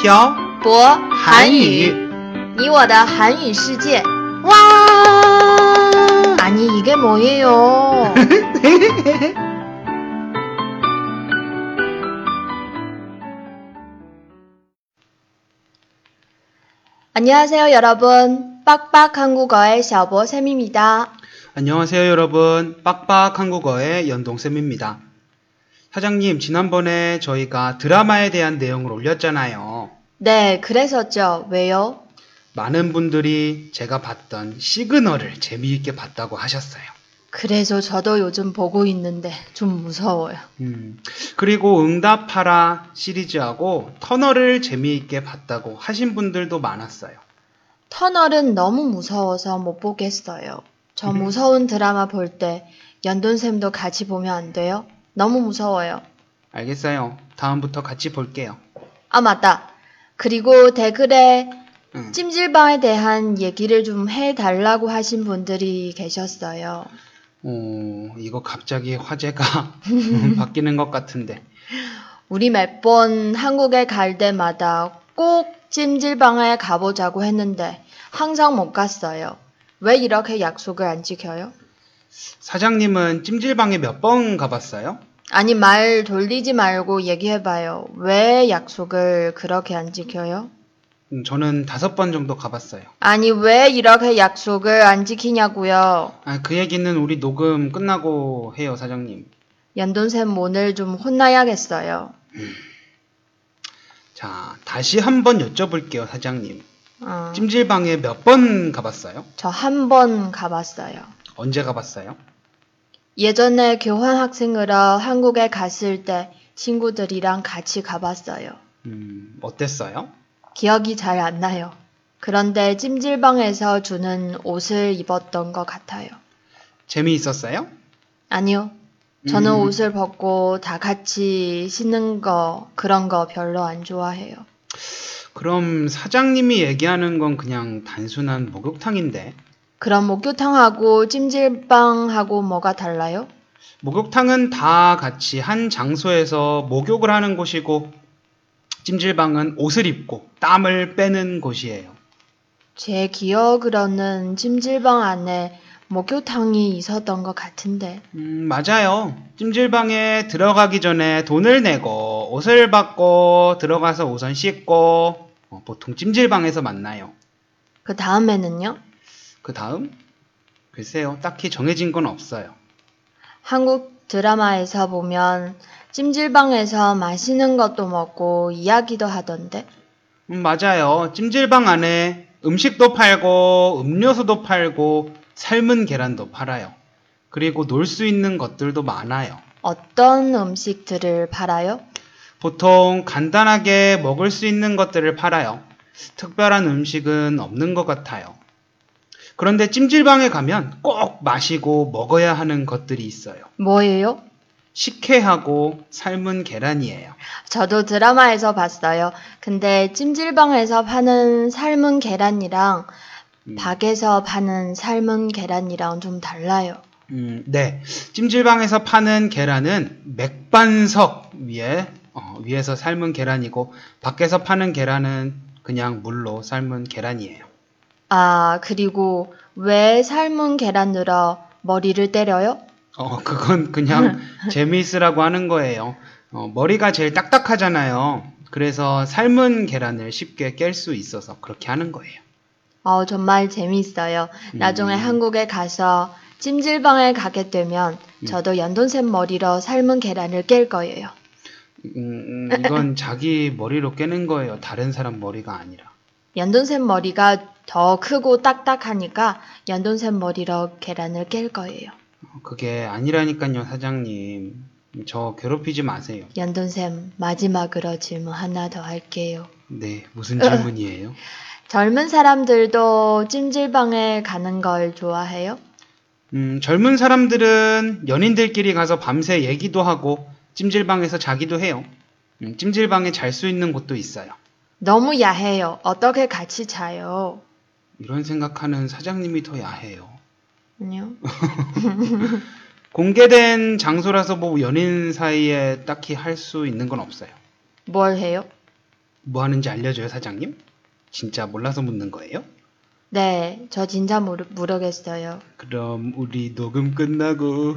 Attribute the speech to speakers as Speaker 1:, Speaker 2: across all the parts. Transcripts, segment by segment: Speaker 1: 漂
Speaker 2: 博韩
Speaker 1: 韩
Speaker 2: 语，
Speaker 1: 语
Speaker 2: 你我的韩语世界。
Speaker 1: 와.
Speaker 2: 아니 이게 뭐예요? 안녕하세요 여러분. 빡빡 한국어의 샤보 쌤입니다.
Speaker 1: 안녕하세요 여러분. 빡빡 한국어의 연동쌤입니다. 사장님, 지난번에 저희가 드라마에 대한 내용을 올렸잖아요.
Speaker 2: 네, 그래서죠. 왜요?
Speaker 1: 많은 분들이 제가 봤던 시그널을 재미있게 봤다고 하셨어요.
Speaker 2: 그래서 저도 요즘 보고 있는데 좀 무서워요.
Speaker 1: 음, 그리고 응답하라 시리즈하고 터널을 재미있게 봤다고 하신 분들도 많았어요.
Speaker 2: 터널은 너무 무서워서 못 보겠어요. 저
Speaker 1: 음.
Speaker 2: 무서운 드라마 볼 때 연돈쌤도 같이 보면 안 돼요? 너무 무서워요.
Speaker 1: 알겠어요. 다음부터 같이 볼게요.
Speaker 2: 아, 맞다. 그리고 댓글에
Speaker 1: 음,
Speaker 2: 찜질방에 대한 얘기를 좀 해달라고 하신 분들이 계셨어요.
Speaker 1: 어, 이거 갑자기 화제가 바뀌는 것 같은데.
Speaker 2: 우리 몇 번 한국에 갈 때마다 꼭 찜질방에 가보자고 했는데 항상 못 갔어요. 왜 이렇게 약속을 안 지켜요?
Speaker 1: 사장님은 찜질방에 몇 번 가봤어요?
Speaker 2: 아니, 말 돌리지 말고 얘기해봐요. 왜 약속을 그렇게 안 지켜요?
Speaker 1: 음, 저는 다섯 번 정도 가봤어요.
Speaker 2: 아니, 왜 이렇게 약속을 안 지키냐고요?
Speaker 1: 아, 그 얘기는 우리 녹음 끝나고 해요, 사장님.
Speaker 2: 연돈샘 오늘 좀 혼나야겠어요.
Speaker 1: 자, 다시 한번 여쭤볼게요, 사장님.
Speaker 2: 어,
Speaker 1: 찜질방에 몇 번 가봤어요?
Speaker 2: 저 한 번 가봤어요.
Speaker 1: 언제 가봤어요?
Speaker 2: 예전에 교환학생으로 한국에 갔을 때 친구들이랑 같이 가봤어요.
Speaker 1: 음, 어땠어요?
Speaker 2: 기억이 잘 안 나요. 그런데 찜질방에서 주는 옷을 입었던 것 같아요.
Speaker 1: 재미있었어요?
Speaker 2: 아니요. 저는
Speaker 1: 음.
Speaker 2: 옷을 벗고 다 같이 신는 거, 그런 거 별로 안 좋아해요.
Speaker 1: 그럼 사장님이 얘기하는 건 그냥 단순한 목욕탕인데,
Speaker 2: 그럼 목욕탕하고 찜질방하고 뭐가 달라요?
Speaker 1: 목욕탕은 다 같이 한 장소에서 목욕을 하는 곳이고, 찜질방은 옷을 입고 땀을 빼는 곳이에요.
Speaker 2: 제 기억으로는 찜질방 안에 목욕탕이 있었던 것 같은데.
Speaker 1: 음, 맞아요. 찜질방에 들어가기 전에 돈을 내고, 옷을 받고, 들어가서 우선 씻고, 어, 보통 찜질방에서 만나요.
Speaker 2: 그 다음에는요?
Speaker 1: 그 다음? 글쎄요, 딱히 정해진 건 없어요.
Speaker 2: 한국 드라마에서 보면 찜질방에서 맛있는 것도 먹고 이야기도 하던데.
Speaker 1: 음, 맞아요. 찜질방 안에 음식도 팔고, 음료수도 팔고, 삶은 계란도 팔아요. 그리고 놀 수 있는 것들도 많아요.
Speaker 2: 어떤 음식들을 팔아요?
Speaker 1: 보통 간단하게 먹을 수 있는 것들을 팔아요. 특별한 음식은 없는 것 같아요. 그런데 찜질방에 가면 꼭 마시고 먹어야 하는 것들이 있어요.
Speaker 2: 뭐예요?
Speaker 1: 식혜하고 삶은 계란이에요.
Speaker 2: 저도 드라마에서 봤어요. 근데 찜질방에서 파는 삶은 계란이랑
Speaker 1: 음.
Speaker 2: 밖에서 파는 삶은 계란이랑 좀 달라요.
Speaker 1: 음, 네. 찜질방에서 파는 계란은 맥반석 위에, 어, 위에서 삶은 계란이고, 밖에서 파는 계란은 그냥 물로 삶은 계란이에요.
Speaker 2: 아, 그리고 왜 삶은 계란으로 머리를 때려요?
Speaker 1: 어, 그건 그냥 재미있으라고 하는 거예요. 어, 머리가 제일 딱딱하잖아요. 그래서 삶은 계란을 쉽게 깰 수 있어서 그렇게 하는 거예요.
Speaker 2: 어, 정말 재밌어요. 나중에
Speaker 1: 음.
Speaker 2: 한국에 가서 찜질방에 가게 되면 저도 연돈샘 머리로 삶은 계란을 깰 거예요.
Speaker 1: 음, 음, 이건 자기 머리로 깨는 거예요. 다른 사람 머리가 아니라.
Speaker 2: 연돈샘 머리가 더 크고 딱딱하니까 연돈샘 머리로 계란을 깰 거예요.
Speaker 1: 어, 그게 아니라니까요, 사장님. 저 괴롭히지 마세요.
Speaker 2: 연돈샘 마지막으로 질문 하나 더 할게요.
Speaker 1: 네, 무슨 질문이에요?
Speaker 2: 젊은 사람들도 찜질방에 가는 걸 좋아해요?
Speaker 1: 음, 젊은 사람들은 연인들끼리 가서 밤새 얘기도 하고 찜질방에서 자기도 해요. 음, 찜질방에 잘 수 있는 곳도 있어요.
Speaker 2: 너무 야해요. 어떻게 같이 자요?
Speaker 1: 이런 생각하는 사장님이 더 야해요.
Speaker 2: 아니요.
Speaker 1: 공개된 장소라서 뭐 연인 사이에 딱히 할 수 있는 건 없어요.
Speaker 2: 뭘 해요?
Speaker 1: 뭐 하는지 알려줘요, 사장님? 진짜 몰라서 묻는 거예요?
Speaker 2: 네, 저 진짜 모르, 모르겠어요.
Speaker 1: 그럼 우리 녹음 끝나고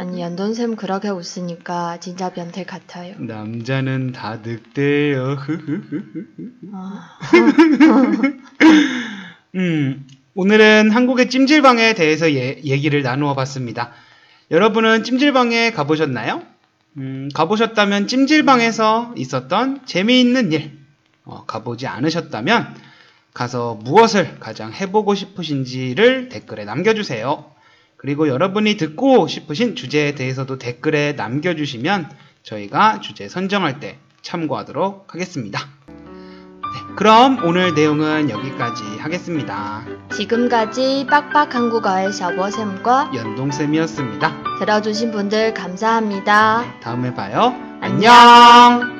Speaker 2: 아니, 연돈쌤 그렇게 웃으니까 진짜 변태 같아요.
Speaker 1: 남자는 다 늑대예요.
Speaker 2: 아,
Speaker 1: 음, 오늘은 한국의 찜질방에 대해서 예- 얘기를 나누어 봤습니다. 여러분은 찜질방에 가보셨나요? 음, 가보셨다면 찜질방에서 있었던 재미있는 일, 어, 가보지 않으셨다면 가서 무엇을 가장 해보고 싶으신지를 댓글에 남겨주세요. 그리고 여러분이 듣고 싶으신 주제에 대해서도 댓글에 남겨주시면 저희가 주제 선정할 때 참고하도록 하겠습니다. 네, 그럼 오늘 내용은 여기까지 하겠습니다.
Speaker 2: 지금까지 빡빡한국어의 샤버쌤과
Speaker 1: 연동쌤이었습니다.
Speaker 2: 들어주신 분들 감사합니다.
Speaker 1: 다음에 봐요.
Speaker 2: 아. 안녕.
Speaker 1: 안녕!